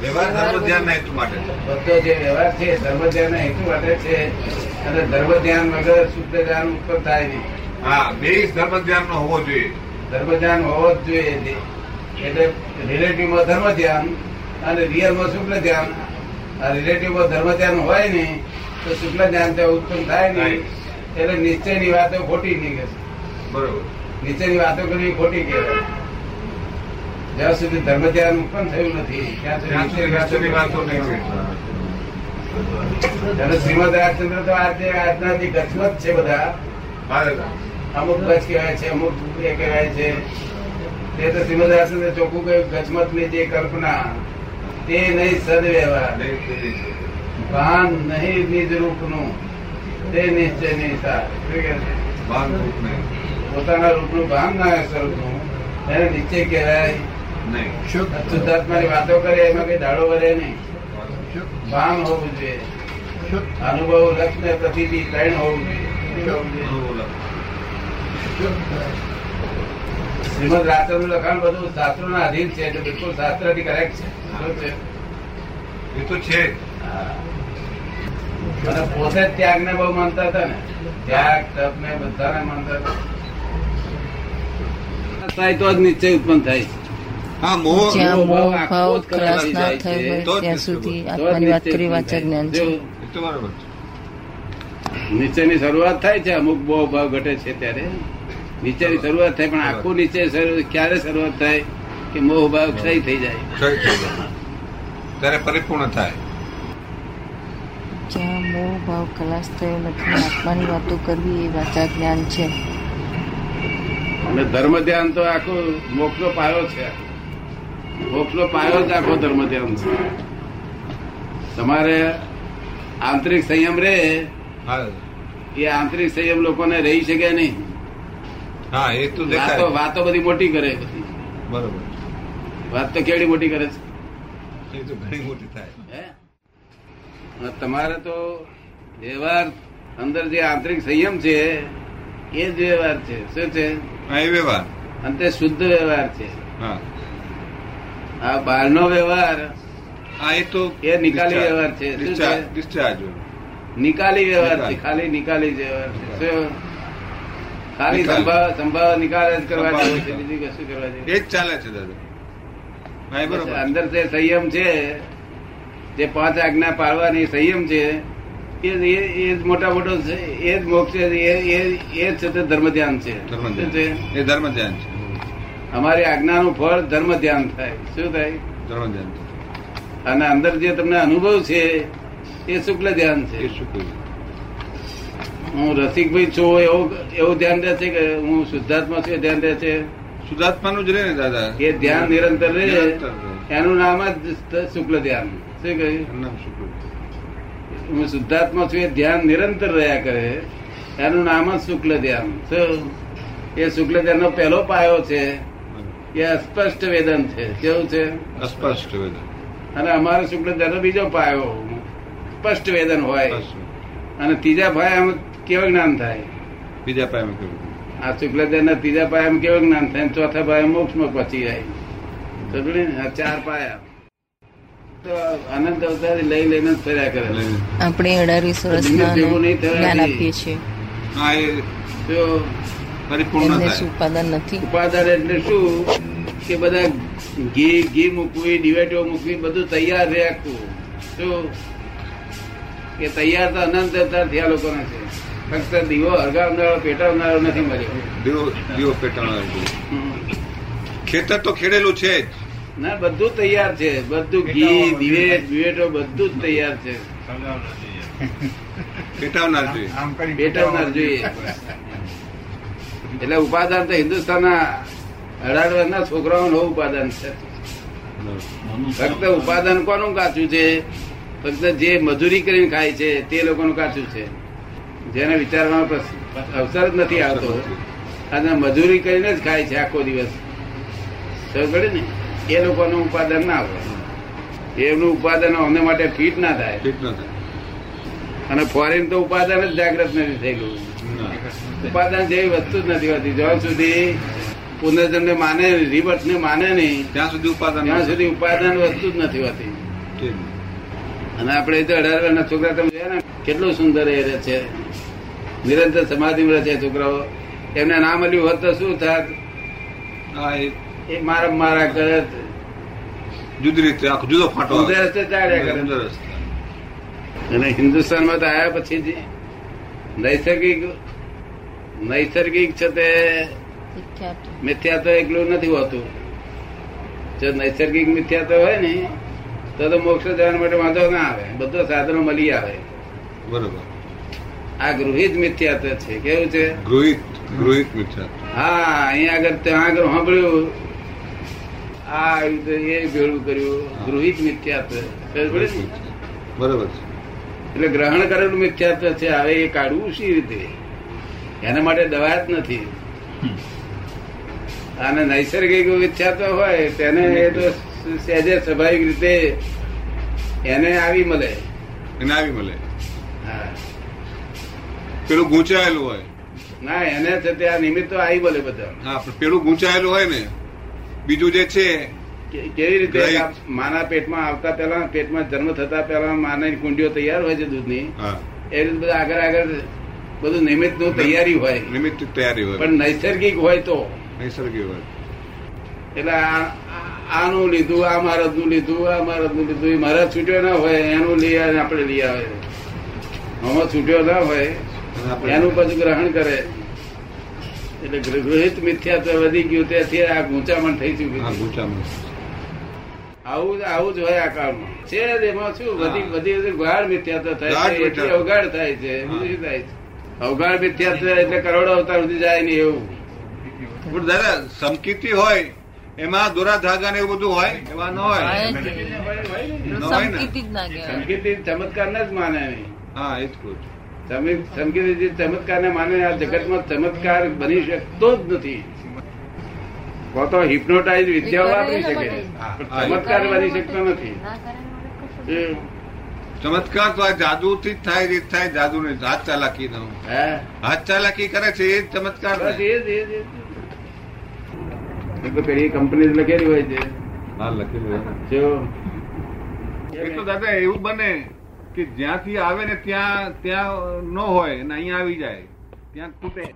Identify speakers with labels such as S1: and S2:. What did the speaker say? S1: વ્યવહાર ધર્મ ધ્યાનના હેતુ માટે છે.
S2: બધો જે વ્યવહાર છે ધર્મ ધ્યાનના હેતુ માટે છે અને ધર્મ ધ્યાન વગર શુદ્ધ ધ્યાન ઉત્પન્ન થાય નહીં
S1: હા બેઝ ધર્મ ધ્યાનનો હોવો જોઈએ
S2: ધર્મ ધ્યાન હોવો જ જોઈએ જે. એટલે રિલેટિવમાં ધર્મ ધ્યાન અને રિયલમાં શુક્લ ધ્યાન આ રિલેટિવમાં ધર્મ ધ્યાન હોય નહીં તો શુક્લ ધ્યાન ત્યાં ઉત્પન્ન થાય નહીં એટલે નીચેની વાતો ખોટી નીકળશે
S1: બરોબર
S2: નીચેની વાતો કરવી ખોટી કહેવાય જ્યાં સુધી ધર્મ ધ્યાન ઉત્પન્ન થયું નથી ત્યાં સુધી
S1: ત્યાં સુધી
S2: નીચેની
S1: રાષ્ટ્રની
S2: વાતો
S1: વાતો નહીં
S2: ખોટી
S1: છે.
S2: કહેવાય. અને શ્રીમદ રાજચંદ્ર તો આજે આજના જે ગચમત છે બધા
S1: બરાબર.
S2: અમુક ગચ કહેવાય છે અમુક એ કહેવાય છે તે તો શ્રીમદ રાજચંદ્ર ચોખ્ખું કહ્યું ગચમતની જે કલ્પના તે નહીં સદવ્યવહાર
S1: નહીં, નહીં, નહીં.
S2: ભાન નહીં નિજ રૂપનું તે નિશ્ચય નહીં સાર. શું કહે છે?
S1: ભાન રૂપ નહીં.
S2: પોતાના રૂપનું ભાન ના હોય સ્વરૂપનું એને નિશ્ચય કહેવાય
S1: નહીં.
S2: શુદ્ધાત્માની વાતો કરે એમાં કઈ દાડો વરે નહીં ભાન હોવું જોઈએ અનુભવ લક્ષ ને પ્રતિથી ત્રણ હોવું જોઈએ
S1: બોલો.
S2: શ્રીમદ રાજચંદ્ર લખાણ બધું શાસ્ત્રો ના અધીન છે એટલે બિલકુલ શાસ્ત્ર થી કરેક્ટ છે શું છે
S1: એ તો છે જ.
S2: અને પોતે જ ત્યાગ ને બહુ માનતા હતા ને ત્યાગ તપ ને બધાને માનતા હતા થાય તો જ નિશ્ચય ઉત્પન્ન થાય
S1: હા મોહ
S2: મોહ,
S3: જ્યાં મોહ
S2: આખો
S3: ભાવ
S2: જ
S3: ત્રાસ ના
S2: કરાવી
S3: થયો
S2: જાય છે.
S3: હોય
S1: તો જ
S3: ત્યાં
S1: નિશ્ચય
S3: સુધી
S1: બોલે.
S3: આત્માની વાત કરી વાચક જ્ઞાન છે
S1: એ તો બરાબર છે.
S2: નીચેની શરૂઆત થાય છે અમુક બહુ ભાવ ઘટે છે ત્યારે નીચેની શરૂઆત થાય પણ આખું નીચે શરૂ- ક્યારે શરૂઆત થાય કે મોહ ભાવ ક્ષય થઈ જાય
S1: ક્ષય થઈ જાય. ત્યારે પરિપૂર્ણ થાય
S3: જ્યાં મોહ ભાવ ખલાસ થયો નથી આત્માની વાતો કરવી એ વાચક જ્ઞાન છે
S2: અને ધર્મ ધ્યાન તો આખો મોક્ષનો પાયો છે મોક્ષનો પાયો જ આખો ધર્મ ધ્યાન છે તમારે આંતરિક સંયમ રહે
S1: હા.
S2: એ આંતરિક સંયમ લોકોને રહી શકે નહીં
S1: હા એ તો
S2: વાતો
S1: દેખાય
S2: વાતો બધી મોટી કરે બધી.
S1: બરોબર
S2: વાત તો કેવડી મોટી કરે છે
S1: એ તો ઘણી મોટી થાય
S2: હે? અને તમારે તો વ્યવહાર અંદર જે આંતરિક સંયમ છે એ જ વ્યવહાર છે શું છે
S1: હા એ વ્યવહાર
S2: અને તે શુદ્ધ વ્યવહાર છે
S1: હા
S2: આ બહારનો વ્યવહાર
S1: હા એ તો
S2: એ નિકાલી
S1: discharge.
S2: વ્યવહાર છે. શું છે?
S1: discharge, discharge.
S2: નિકાલી વ્યવહાર છે
S1: નિકાલ.
S2: ખાલી નિકાલી જ વ્યવહાર છે શું? ખાલી
S1: નિકાલ.
S2: સંભાવ સંભાવ નિકાલ જ કરવા
S1: સંભાવ
S2: જેવો છે
S1: નિકાલ.
S2: બીજું કશું કરવા જેવું
S1: એ જ ચાલે છે દાદા હા એ બરોબર છે.
S2: અંદર જે સંયમ છે જે પાંચ આજ્ઞા પાળવાની સંયમ છે એ એ- એ જ મોટા મોટો છે, એ જ મોક્ષ છે એ- એ એ જ છે તે ધર્મ ધ્યાન છે
S1: ધર્મ
S2: શું છે?
S1: ધ્યાન એ ધર્મ ધ્યાન છે
S2: અમારી આજ્ઞાનું ફળ ધર્મ ધ્યાન થાય શું થાય
S1: ધર્મ ધ્યાન છે.
S2: અને અંદર જે તમને અનુભવ છે એ શુક્લ ધ્યાન
S1: એ
S2: છે
S1: શું કહ્યું
S2: હું રસિકભાઈ છું એવું એવું ધ્યાન રહે છે કે હું શુદ્ધાત્મા છું એ ધ્યાન રહે છે
S1: શુદ્ધાત્માનું જ રહે ને દાદા
S2: એ ધ્યાન નિરંતર રહે
S1: નિરંતર રહે.
S2: એનું નામ જ શુક્લ ધ્યાન શું કહ્યું
S1: એનું નામ શું કહ્યું?
S2: હું શુદ્ધાત્મા છું એ ધ્યાન નિરંતર રહ્યા કરે એનું નામ જ શુક્લ ધ્યાન શું? એ શુક્લ ધ્યાનનો પહેલો પાયો છે એ અસ્પષ્ટ વેદન છે કેવું છે
S1: અસ્પષ્ટ વેદન.
S2: અને અમારો શુક્લ ધ્યાનનો બીજો પાયો સ્પષ્ટ વેદન હોય
S1: અસ્પષ્ટ.
S2: અને ત્રીજા પાયામાં કેવું જ્ઞાન થાય
S1: બીજા પાયે કહ્યું
S2: આ શુક્લ ધ્યાનના ત્રીજા પાયામાં કેવું જ્ઞાન થાય અને ચોથા પાયા મોક્ષમાં પહોંચી જાય સમજ્યું ને? આ ચાર પાયા તો અનંત અવતારી લઈ લઈને જ ફર્યા કરે
S1: એટલે-
S3: આપણે અઢારવીસ વર્ષના
S2: જેવું નહીં થવાથી.
S3: જ્ઞાન આપીએ છીએ
S1: હા એ
S2: જો
S1: પરિપૂર્ણ
S3: એમને
S1: થાય
S3: શું ઉપાદાન નથી
S2: ઉપાદાન એટલે શું કે બધા ઘી ઘી મૂકવી ડિવેટો મૂકવી બધું તૈયાર રાખવું શું કે તૈયાર તો અનંત અવતાર થયા લોકોને છે ફક્ત દીવો હરગાવનારો પેટાવનારો નથી મળ્યો
S1: દીવો દીવો પેટાણો આવ્યો.
S2: હમ.
S1: ખેતર તો ખેડેલું છે જ
S2: ના બધું તૈયાર છે બધું ઘી દિવેટ દિવેટો બધું જ તૈયાર છે
S1: પેટાવનાર જોઈએ
S2: પેટાવનાર જોઈએ એટલે ઉપાદાન તો હિન્દુસ્તાનના અઢાર વર્ષના છોકરાઓનું બહુ ઉપાદાન છે ફક્ત ઉપાદાન કોનું કાચું છે ફક્ત જે મજૂરી કરીને ખાય છે તે લોકોનું કાચું છે જેને વિચારવાનો પ્રશ્ન- અવસર જ નથી આવતો અને મજૂરી કરીને જ ખાય છે આખો દિવસ ખબર પડી ને એ લોકોનું ઉપાદાન ના હોય એમનું ઉપાદાન અમને માટે ફિટ ના થાય
S1: ઠીક ન થાય
S2: અને ફોરેન તો ઉપાદાન જ જાગ્રત નથી થયેલું
S1: ના.
S2: ઉપાદાન જેવી વસ્તુ જ નથી હોતી જ્યાં સુધી પુનર્જન્મને માને રિવર્સને માને નહીં
S1: ત્યાં સુધી ઉપાદાન
S2: ત્યાં સુધી ઉપાદાન વસ્તુ જ નથી હોતી
S1: છે જ નહીં.
S2: અને આપણે એ તો અઢાર વર્ષના છોકરા તમે જોયા ને કેટલું સુંદર એ રહે છે નિરંતર સમાધિ રહે છે છોકરાઓ એમને ના મળ્યું હોત તો શું થાત
S1: આ એ
S2: એ મારા મારા કરત
S1: જુદી રીતે આખો જુદો ફાટો આવે.
S2: ઉંધે રસ્તે ચાલ્યા કરે.
S1: ઉંધે રસ્તે.
S2: અને હિન્દુસ્તાનમાં તો આવ્યા પછી જ નૈસર્ગિક નૈસર્ગિક છે તે
S3: વિખ્યાત
S2: મિથ્યા તો એકલું નથી હોતું જો નૈસર્ગિક મિથ્યા તો હોય ને તો તો મોક્ષ જવા માટે વાંધો ના આવે બધો સાધનો મળી આવે
S1: બરોબર
S2: આ ગૃહિત મિથ્યા તો છે કેવું છે
S1: ગૃહિત ગૃહિત મિત્ર
S2: હા અહીંયા આગળ ત્યાં આગળ સાંભળ્યું આ આવ્યું તો એ ભેળું કર્યું ગૃહિત મિથ્યાત્વ ખબર પડી ને?
S1: બરોબર છે
S2: એટલે ગ્રહણ કરેલું મિથ્યાત્વ છે હવે એ કાઢવું શી રીતે એના માટે દવા જ નથી અને નૈસર્ગિક મિથ્યાત્વ હોય તેને એ તો સહેજે સ્વાભાવિક રીતે એને આવી મળે
S1: એને આવી મળે
S2: હા
S1: પેલું ગૂંચાયેલું હોય
S2: ના એને છે તે આ નિમિત્તો આવી મળે બધા
S1: હા પણ પેલું ગૂંચાયેલું હોય ને બીજું જે છે
S2: કે- કેવી રીતે
S1: Right.
S2: આ માના પેટમાં આવતા પહેલા પેટમાં જન્મ થતા પહેલા માની કુંડીઓ તૈયાર હોય છે દૂધની
S1: હા
S2: એ રીતે બધું આગળ આગળ બધું નિમિત્તનું તૈયારી હોય
S1: નિમિત્ત તૈયારી હોય
S2: પણ નૈસર્ગિક હોય તો
S1: નૈસર્ગિક હોય
S2: એટલે આ- આ- આનું લીધું આ મહારાજનું લીધું આ મહારાજનું લીધું એ મહારાજ છૂટ્યો ના હોય એનું લઈ આવે આપણે લઈ આવે આમાં છૂટ્યો ના હોય
S1: અને આપણે-
S2: એનું બધું ગ્રહણ કરે એટલે ગૃ- ગૃહિત મિથ્યાત્વ વધી ગયું ત્યાંથી આ ગૂંચામણ થઈ
S1: હા
S2: ચુક્યું છે.
S1: ગૂંચામણ
S2: આવું જ- આવું જ હોય આ કાળમાં છે જ એમાં શું
S1: હા.
S2: બધી બધી બધી ગાઢ મિથ્યાત્વ થાય
S1: ગાઢ
S2: છે
S1: મિથ્યાત્વ.
S2: એટલી અવગાઢ થાય છે બીજું શું થાય છે અવગાઢ મિથ્યાત્વ એટલે કરોડો અવતાર સુધી જાય નહીં એવું
S1: પણ દાદા સમકીર્તિ હોય એમાં દોરા ધાગા ને એવું બધું હોય એમાં ન હોય
S3: હોય જ નહીં.
S1: ન હોય ને
S3: સમકીર્તિ જ ના કહેવાય
S2: સંકેતી ચમત્કાર ને જ માને નહીં
S1: હા એ જ કહું છું.
S2: તમે સંકેતી ચમત્કાર ને માને આ જગતમાં ચમત્કાર બની શકતો જ નથી કો તો હિપ્નોટાઇઝ વિદ્યાઓ વાપરી શકે પણ ચમત્કાર બની શકતો નથી
S3: ના કરે ને વગર કશું જ
S2: એ-
S1: ચમત્કાર તો આ જાદુ થી જ થાય રીત થાય જાદુ નહીં હાથ ચાલાકી નો
S2: હા
S1: હાથ ચાલાકી કરે છે એ જ ચમત્કાર
S2: બસ
S1: ને.
S2: એ જ એ જ, એ જ. એ તો પેલી કંપની લખેલી હોય છે
S1: હા લખેલું હોય.
S2: જો
S1: એ તો દાદા એવું બને કે જ્યાંથી આવે ને ત્યાં ત્યાં ન હોય ને અહીંયા આવી જાય ત્યાં તૂટે